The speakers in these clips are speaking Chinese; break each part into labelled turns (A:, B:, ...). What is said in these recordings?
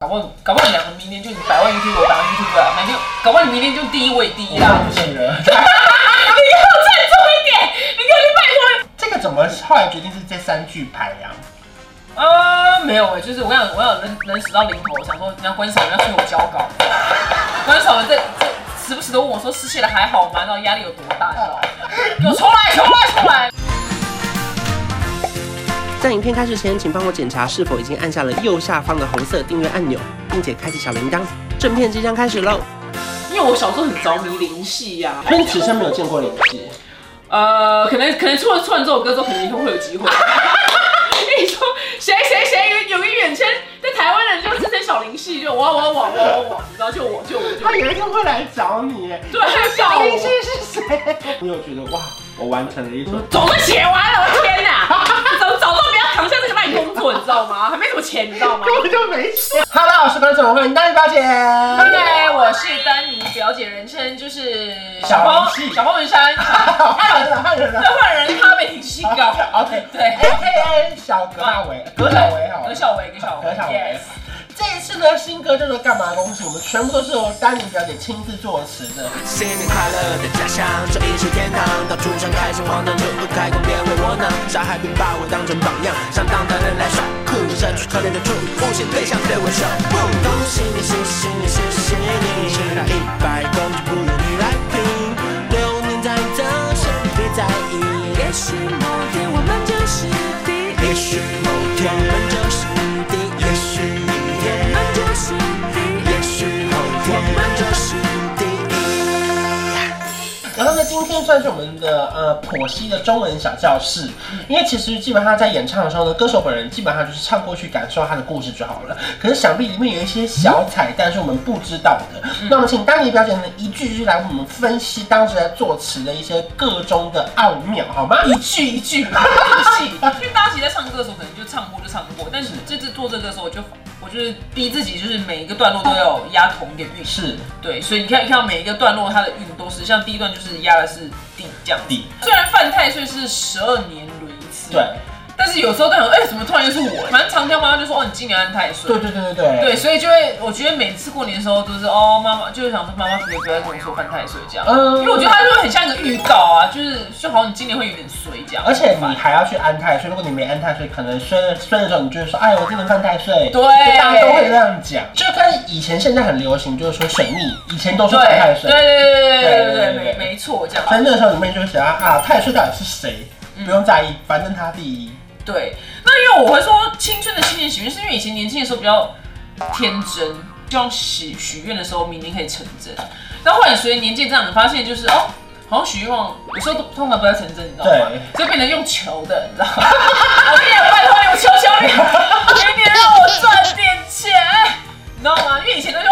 A: 搞不好，搞不好你两个明天就你百万 YouTube，我百万 YouTube 啊，哪天搞不好你明天就第一位第一啊 啦。
B: 不行了。
C: 你给我振作一点，你给我去拜托。
B: 这个怎么后来决定是这三句排呀、
A: 啊，没有哎、就是我想，我想人人死到临头，想说人家关少人家催我交稿，关少人在这时不时的问我说失窃的还好吗？那压力有多大？你知道吗？ 给我重来，重来，重来！
D: 在影片开始前，请帮我检查是否已经按下了右下方的红色订阅按钮，并且开启小铃铛。正片即将开始喽！
A: 因为我小时候很着迷灵系呀、
B: 所以此生没有见过林志。
A: 呃，可能可能出了出完这首歌之后，可能以后会有机 会。
C: 你说谁谁谁有有一远圈，在台湾人就自称小林系，就我我我我我我，你知道就我就我就
B: 他
A: 哎
B: 有一天会来找你，
C: 对，啊他笑
B: 林
C: 我，
B: 志是 谁？你有觉得哇，我完成了一首？
C: 早都写完了，我天哪，早早都不要扛下这个烂工作，你知道吗？还没什么钱，你知道吗？
B: 根本就没写。Hello，我是关总会，大家了解。
A: 嗨，我是丹尼表姐，人称就是
B: 小
A: 包
B: 林系
A: 小包文山，
B: 好
A: 还
B: 害
A: 有
B: 人，害人
A: 对
B: 了。
A: 换人咖啡体系 高。
B: OK，
A: 对
B: A K A 小葛大为，葛小维好了
A: 葛。小维，葛小维，
B: 葛小维
A: yes
B: 这一次呢，新歌叫做《干嘛恭喜》，我们全部都是由丹尼表姐亲自作词的。
E: 新年快乐的家乡，这一是天堂。到处上开心荒唐，就不开工别为窝囊。傻孩别把我当成榜样，上当的人来耍酷，社区可怜的兔，无限对象对我说不。恭喜你，谢谢你，谢谢你，吃到一百公斤不用你来拼，流年在走，先别在意。也许某天我们就是第一，也许某天我们就是第一，也许明天我们就是第一，也许后天我们就是第一。
B: 然后呢，今天算是我们的呃剖析的中文小教室，
A: 嗯
B: 因为其实基本上在演唱的时候呢，歌手本人基本上就是唱过去，感受他的故事就好了。可是想必里面有一些小彩蛋是我们不知道的。
A: 嗯
B: 那我们请丹尼表姐呢一句一句来为我们分析当时在作词的一些各中的奥妙，好吗？
A: 一句一 句的练习，因为大家其实在唱歌的时候可能就唱过就唱过，但是这次做这个的时候，我就我就是逼自己，就是每一个段落都要压同一个韵，
B: 是
A: 对，所以你看，你看到每一个段落它的韵都是，像第一段就是压的是底这样子
B: 底，
A: 虽然犯太岁是十二年轮一次，
B: 对，
A: 但是有时候都很哎、怎么突然又是我？反正长条妈妈就说哦，你今年犯太岁
B: 对，对对对对
A: 对，所以就会，我觉得每次过年的时候都是哦，妈妈就是想说妈妈可以不要跟我说犯太岁这样，
B: 嗯
A: 因为我觉得它就会很像一个预告啊，就是就好像你今年会有点衰这样，
B: 而且你还要去安太岁，如果你没安太岁，可能摔了摔的时候，你就会说，哎，我今年犯太岁。
A: 对
B: 大家都会这样讲。就跟以前现在很流行，就是说水逆，以前都是
A: 对
B: 犯太
A: 对
B: 岁
A: 对，对对对对，没没错这样，
B: 所以那个时候你们就会想到啊，太岁到底是谁？
A: 嗯
B: 不用在意，反正他第一。
A: 对，那因为我会说青春的新年许愿，是因为以前年轻的时候比较天真，希望许许愿的时候明年可以成真。但后来随着年纪长，你发现就是哦，好像许愿望有时候都通常不太成真，你知道吗？
B: 对
A: 所以变成用求的，你知道吗？ 我跟你讲，拜托你，我求求你， 明年让我赚点钱，你知道吗？因为以前都说。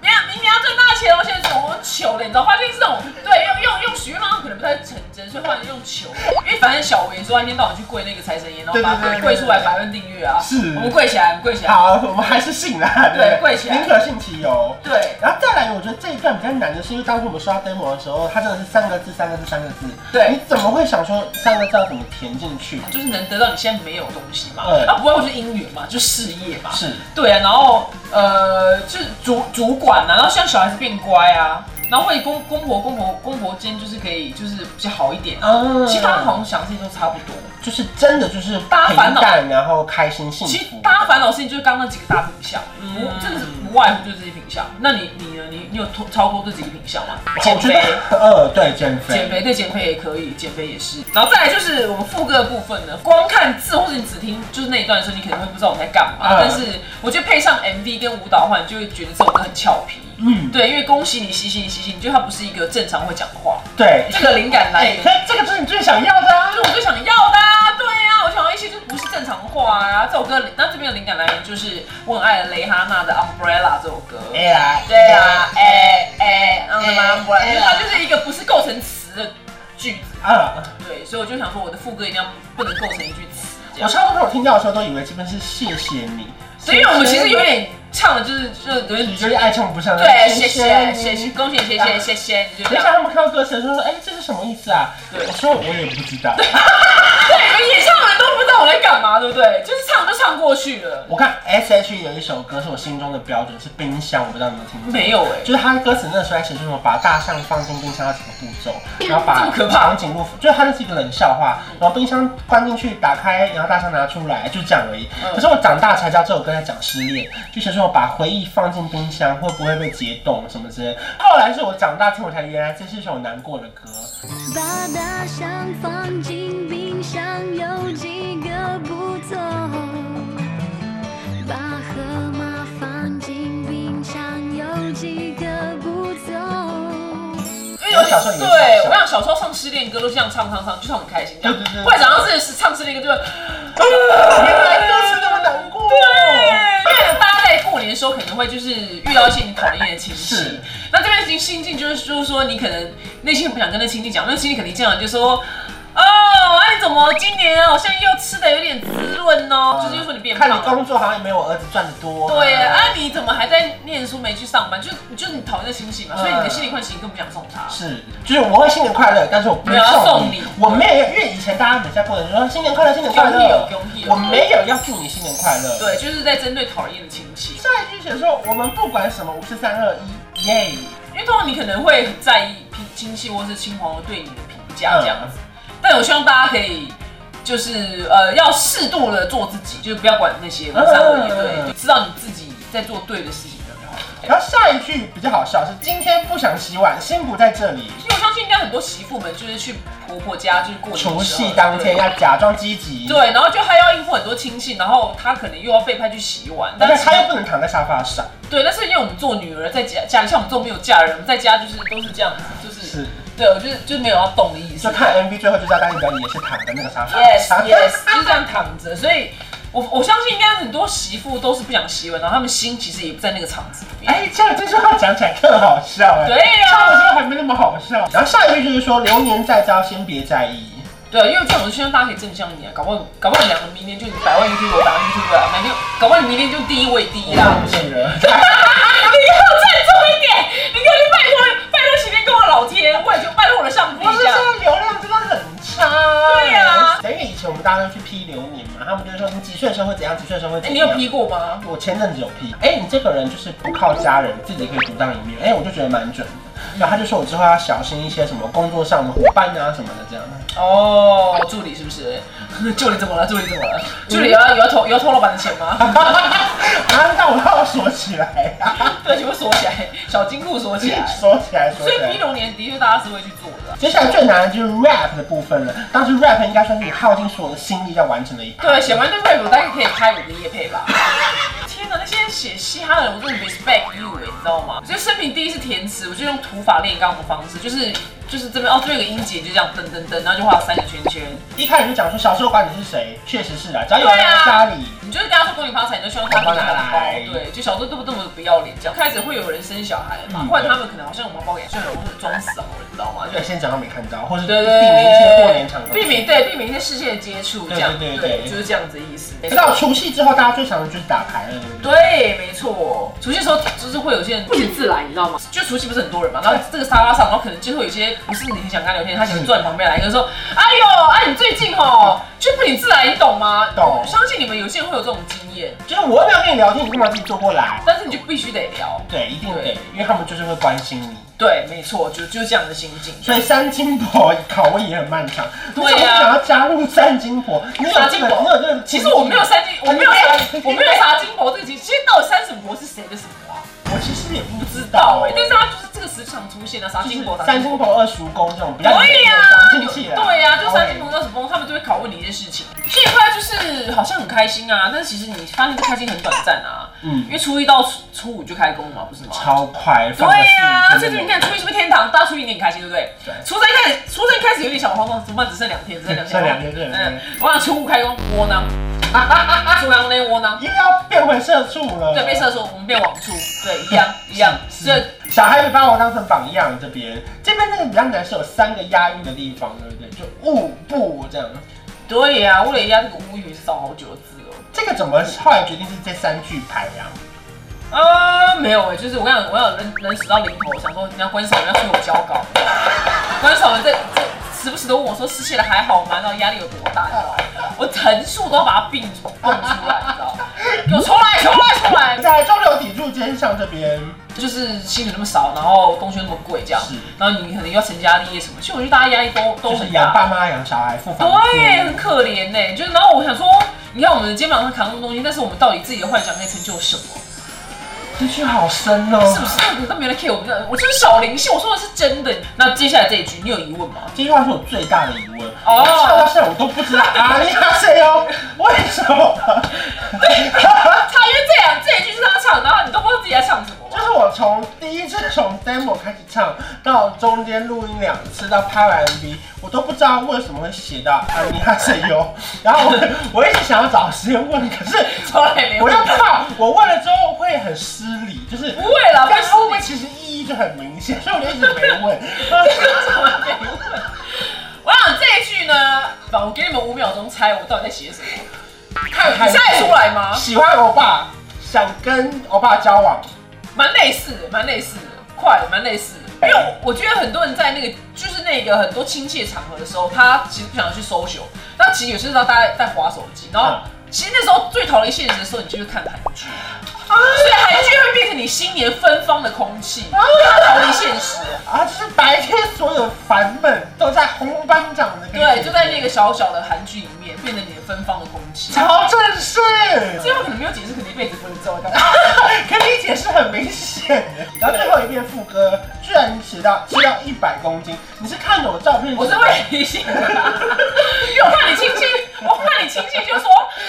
A: 明年明年要赚大钱哦，现在是我求的，你知道，发现是这种对用用用许愿方可能不太成真，所以后来就用求的，因为反正小维说他一天到晚去跪那个财神爷，然后把
B: 对
A: 跪
B: 对对
A: 跪出来百万订阅啊，
B: 是
A: 我们跪起来，我们跪起来，
B: 好，我们还是信啦，
A: 对
B: 不
A: 跪起来
B: 宁可信其有。
A: 对
B: 然后再来，我觉得这一段比较难的是，因为当初我们刷 demo 的时候，它真的是三个字、三个字、三个字。
A: 对
B: 你怎么会想说三个字要怎么填进去？
A: 就是能得到你现在没有的东西嘛
B: 嗯，
A: 那不外乎就是姻缘嘛，就事业嘛，
B: 是
A: 对啊，然后呃，就是主主管啊，然后像小孩子变乖啊，然后为公公婆公婆公婆间就是可以就是比较好一点，
B: 啊
A: 其他好像想的事情都差不多。
B: 就是真的就是
A: 大家
B: 平
A: 烦恼
B: 淡，然后开心幸
A: 其实
B: 福。
A: 大家烦恼的事情就是刚刚那几个大品项，
B: 嗯
A: 不真的是不外乎就是这些品项。那你你呢？你你有突超过这几个品项吗？减
B: 哦我觉得
A: 肥，
B: 呃，对，减肥。
A: 减肥对减肥也可以，减肥也是。然后再来就是我们副歌的部分呢，光看字或者你只听就是那一段的时候，你可能会不知道我们在干嘛。
B: 嗯
A: 但是我觉得配上 MV 跟舞蹈的话，你就会觉得这首歌很俏皮。
B: 嗯，
A: 对，因为恭喜你，喜喜你，喜喜你，就它不是一个正常会讲的话。
B: 对，
A: 这个灵感来
B: 哎
A: 源，
B: 这这个就是你最想要的啊
A: 就。是我最想要的、啊，对啊，我想要一些就不是正常话啊。这首歌里，那这边的灵感来源就是我很爱的蕾哈娜的《Umbrella》这首歌。
B: 哎呀，
A: 对啊，哎哎，Umbrella，因为它就是一个不是构成词的句子，
B: 啊，
A: 对，所以我就想说我的副歌一定要不能构成一句词。这
B: 我
A: 样
B: 上次我听到的时候都以为这边是谢谢你，
A: 所以我们其实有点唱的就是就是有点
B: 你就是爱唱不上的。
A: 对，谢谢谢谢，
B: 你。
A: 恭喜谢谢谢谢，你就这
B: 等
A: 样
B: 一下。他们看到歌词的时候说，哎，这是什么意思啊？
A: 对
B: 我说我也不知道。
A: 对对，你们演唱人都不知道我在干嘛，对不对？就是唱就唱过去了，
B: 我看 S H E 有一首歌是我心中的标准，是冰箱，我不知道你们有没有听过。
A: 没有哎、
B: 就是他的歌词那时候还写说什么把大象放进冰箱要几个步 骤，然后把
A: 这么可怕
B: 长颈鹿，就是他就是一个冷笑话，然后冰箱关进去打开，然后大象拿出来，就这样而已。
A: 嗯
B: 可是我长大才知道这首歌在讲失恋，就写说我把回忆放进冰箱会不会被解冻什么之类的。后来是我长大听我才原来这是一首难过的歌，
F: 把大象放进冰箱有几个步骤？把河马放进冰箱有几个步骤？
A: 因为
B: 小时候你们
A: 对
B: 小时，候
A: 我想小时候唱失恋歌都是这样唱唱唱，就唱很开心这样
B: 对对对。对
A: 后来长大自己是唱失恋歌就，
B: 原来歌词那么难过。
A: 对，哦因为大家在过年的时候可能会就是遇到一些你讨厌的亲戚
B: 是，
A: 那这边心心境就是就是说你可能内心很不想跟那亲戚讲，那亲戚肯定这样就说。哦，那、你怎么今年啊好像又吃的有点滋润
B: 嗯
A: 哦？就是说你变胖
B: 看你
A: 了。
B: 工作好像也没有我儿子赚的多。
A: 对呀，啊，你怎么还在念书没去上班？就是就是你讨厌的亲戚嘛，所以你
B: 嗯
A: 的心里困，其实根本不想送他。
B: 是，就是我会新年快乐，但是我不
A: 没有要送
B: 送
A: 你
B: 你，我没有，因为以前大家每次过年就说新年快乐，新年快
A: 恭喜哦
B: 乐
A: 恭喜哦，
B: 我没有要祝你新年快乐。，
A: 对，就是在针对讨厌的亲戚。
B: 下一句写说我们不管什么五四三二一，耶，
A: 因为通常你可能会很在意亲亲戚或是亲朋友对你的评价这样子，但我希望大家可以就是呃要适度的做自己，就是不要管那些无三无
B: 嗯
A: 对，就知道你自己在做对的事情就好了。
B: 然后下一句比较好笑是今天不想洗碗，心不在这里。
A: 因为我相信应该很多媳妇们就是去婆婆家就是过年的时候
B: 除夕当天要假装积极，
A: 对，对，然后就还要应付很多亲戚，然后她可能又要被派去洗碗，
B: 但
A: 是
B: 是他又不能躺在沙发上，
A: 对，但是因为我们做女儿在家家里，像我们这种没有嫁人，我们在家就是都是这样子，就是
B: 是，
A: 对我就是就是没有要动的意思
B: 就。看 MV 最后就知道大家表演也是躺在那个沙发
A: Yes,
B: 上。
A: yes，就是 这样躺着，所以我我相信应该很多媳妇都是不想洗碗，然后她们心其实也不在那个场子里面。
B: 哎，这样这句话讲起来更好笑哎。
A: 对呀
B: 唱的时候还没那么好笑。然后下一句就是说流年再招，先别在意。
A: 对，因为这种希望大家可以正向一点，搞不好搞不好两个明年就百万 YouTube，我百万 YouTube 啊，明天搞不好你明天就第一位第一啦。
B: 忘记了。
A: 你给我振作一点，你给我去拜托拜托前面跟我老天，我也就拜托我的上帝
B: 不是
A: 一
B: 现
A: 下。
B: 在流量真的很差。
A: 对呀
B: 因为以前我们大家都去批流年嘛，他们就说你几岁的时候会怎样，几岁的时候会
A: 哎、
B: 怎
A: 你有
B: 样。
A: 批嗯过吗？
B: 我前阵子有批，哎、你这个人就是不靠家人，自己可以独当一面，哎、我就觉得蛮准的。然后他就说我之后要小心一些什么工作上的伙伴啊什么的这样。
A: 哦，助理是不是？ 助理怎么了？助理怎么
B: 嗯
A: 了？助理有要有要偷有要偷老板的钱吗？
B: 啊，那我要锁起来啊，
A: 对，全部锁起来，小金库锁起来。
B: 锁起来，锁
A: 所
B: 起
A: 以批
B: 来。
A: 流年的确大家是会去做的啊。
B: 接下来最难的就是 rap 的部分了，当时 rap 应该算是你耗尽所有的心力要完成的一
A: 对，写完对 rap 大概可以开五个夜配吧。 天哪，那些写嘻哈的人，我真的 respect you 哎、你知道吗？我觉得生平第一次填词，我就用土法炼钢的方式，就是就是这边哦，这边有个音节，就这样噔噔噔，然后就画了三个圈圈。
B: 一开始就讲说小时候管你是谁，确实是啊，只要有人来家里，
A: 你就是跟他说恭喜发财，你就希望他拿
B: 哎
A: 来。对，就小时候动不动不要脸这样。开始会有人生小孩嘛，
B: 嗯
A: 不然他们可能好像我妈包给他，就很容易装死好啊了，你知道吗？就
B: 对，先讲他没看到，或是嗯避
A: 对对
B: 免一些过年场合，
A: 避免对避免一些视线的接触，这样
B: 对对对对
A: 就是这样子的意思。
B: 直到除夕之后，大家最常的就是打牌了，对不对？
A: 对，没错。除夕的时候就是会有些人，
C: 不请自来，你知道吗？
A: 就除夕不是很多人嘛，然后这个沙发上，然后可能就会有些不是你很想跟他聊天，他可能坐你旁边来，就说：“哎呦，哎、你最近哦，就不请自来，你懂吗？”
B: 懂
A: 我相信你们有些人会有这种经验，
B: 就是我又没有跟你聊天，你干嘛自己坐过来？
A: 但是你就必须得聊。
B: 对，一定得
A: 对，
B: 因为他们就是会关心你。
A: 对，没错，就就是这样的心境。
B: 所以三金婆拷问也很漫长，
A: 对
B: 你怎么
A: 呀
B: 想要加入三金婆？你有
A: 三
B: 这
A: 金
B: 个，
A: 婆
B: 你有这个，
A: 其实我没有，三金，我没有啥
B: 哎，
A: 我没有啥金箔这个其实其实到底三什么箔是谁的什么啊？
B: 我其实也不知
A: 到
B: 道欸
A: 哎，但是它就是这个时常出现的啥金箔，啥
B: 三金婆二叔公这种比较
A: 对呀、
B: 亲戚啊，
A: 对呀、就三金
B: 对
A: 朋到什么，他们就会拷问你一些事情。这一块就是好像很开心啊，但是其实你发现这开心很短暂啊，
B: 嗯
A: 因为初一到初初五就开工嘛，不是吗？
B: 超快，
A: 对
B: 放个
A: 呀、
B: 四
A: 所以
B: 分
A: 你
B: 钟
A: 看初一是不是天堂？大家初一你很开心，对不对？
B: 对
A: 初三开始，初三开始有点小慌张，怎么办？只剩两天，只剩两天，
B: 剩两天剩两天
A: 嗯，我想初五开工窝囊， 初狼呢窝囊，
B: 又要变回社畜了，
A: 对，被射说我们变网畜，对，一样一样，这
B: 小孩子把我当成榜样，这边这边那个比较难是有三个押韵的地方，对不对？就物不这样，
A: 对呀、为了压这个乌云是找好久的字哦。
B: 这个怎么后来决定是这三句牌呀、
A: 啊，没有哎、就是我想，我想人人死到临头，想说人家关少文要替我交稿，关少文在这此时不时都问我说失窃了还好吗？然后压力有多大？你知道吗？我横竖都要把它并出蹦出来，你知道吗？给我出来，出来，出来！
B: 在中流砥柱肩上这边，
A: 就是薪水那么少，然后东西又那么贵，这样
B: 是，
A: 然后你可能又要成家立业什么，其实我觉得大家压力都都
B: 就是
A: 很
B: 养
A: 大，
B: 爸妈、养小孩、付房租。
A: 对，很可怜呢、就是，然后我想说，你看我们的肩膀上扛那么多东西，但是我们到底自己的幻想可以成就什么？
B: 这句好深
A: 是不
B: 哦。
A: 是？那都没人 care 我们的，我就是小灵性，我说的是真的。那接下来这一句，你有疑问吗？
B: 这句话是我最大的疑问。
A: 哦
B: 笑到现在我都不知道啊，你亚谁哦？为什么？
A: 他因为这两这一句是他唱的，然后你都不知道自己在唱什么
B: 就
A: 吗。
B: 是我从第一次从 demo 开始唱，到中间录音两次，到拍完 MV，我都不知道为什么会写到啊你哈谁哟。然后我我一直想要找时间问，可是
A: 从来没有
B: 我又怕我问了之后会很失礼，就是
A: 不会啦，不
B: 但
A: 是
B: 是后面其实意义就很明显，所以我就一直没问。
A: 我想这一句呢，我给你们五秒钟猜我到底在写什么，
B: 看
A: 你猜得出来吗？
B: 喜欢欧巴，想跟欧巴交往，
A: 蛮类似的，蛮类似的，快，蛮类似的。因为我我觉得很多人在那个就是那个很多亲切场合的时候，他其实不想去 social，那其实有些时候大家在划手机，然后
B: 嗯
A: 其实那时候最逃离现实的时候，你就是看韩剧，所以韩剧会变成你新年芬芳的空气，它逃离现实。
B: 啊，就是白天所有烦闷都在红班长的感觉
A: 哎对，就在那个小小的韩剧里面，变成你的芬芳的空气。
B: 超正式。
A: 最后可能没有解释，可能一辈子不会知道。
B: 跟你解释很明显，然后最后一遍副歌居然写到吃到一百公斤，你是看着我照片？
A: 我是会提 醒的，因为我怕你亲戚，我怕你亲戚就说，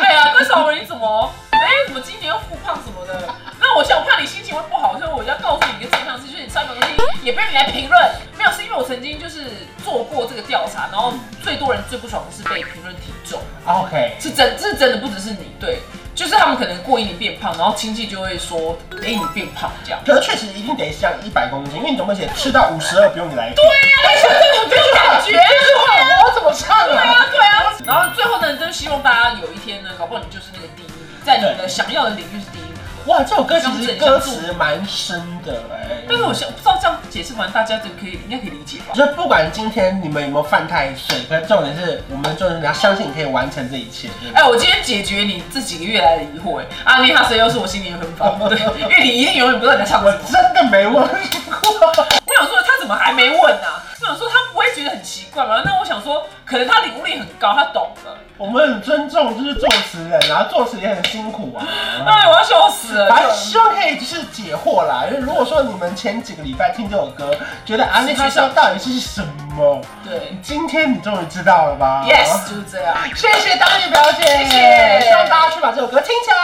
A: 哎呀，歌手你怎么，哎，怎么今年又复胖什么的？那我想我怕你心情会不好，所以我就要告诉你一个正向资讯，就是你上一个东西也被你来评论，没有，是因为我曾经就是做过这个调查，然后最多人最不爽的是被评论体重，
B: OK，
A: 是真，这是真的，不只是你，对，就是他们可能过一年变胖，然后亲戚就会说，哎，你变胖这样。
B: 可是确实一定得像一百公斤，因为你总不能写吃到五十二不用你来。对
A: 对呀，你说哎这个没有感觉，
B: 这话我怎么唱
A: 对
B: 啊？
A: 啊，对啊。然后最后呢，真希望大家有一天呢，搞不好你就是那个第一名，在你的想要的领域是第一名。
B: 哇，这首歌其实歌词蛮深的哎、
A: 但是我想不知道这样解释完，大家就可以应该可以理解吧？
B: 就是不管今天你们有没有犯太岁，可是重点是我们就是你要相信你可以完成这一切。对不对
A: 哎，我今天解决你这几个月来的疑惑，哎，阿丽哈谁又是我心里的芬芳，对，因为你一定永远不知道你在唱什
B: 我
A: 么。
B: 真的没问 过。
A: 我想说他怎么还没问呢、我想说他不会觉得很奇怪吗？那我想说，可能他领悟力很高，他懂了。
B: 我们很尊重，就是作词人，然后作词也很辛 苦啊。
A: 哎，我要笑死了。
B: 反正希望可以就是解惑啦，因为如果说你们前几个礼拜听这首歌，觉得安利哈笑到底是什么，
A: 对
B: 今天你终于知道了吧
A: ，yes，就是这样。
B: 谢谢当地表姐，
A: 谢谢
B: 希望大家去把这首歌听起来，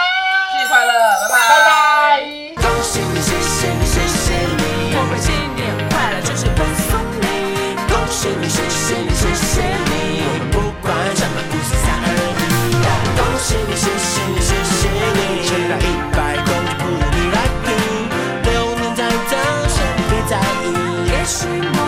A: 新年快乐，拜拜，
B: 拜拜。
E: 恭喜你，谢谢你，谢谢你，我们新年快乐，就是恭送你。恭喜你，谢谢你，谢谢你，我们不管什么，不是三二一。恭喜你，谢谢你，谢谢你，吃了一百公斤不用你来拼，流年再长，谁别在意？也许你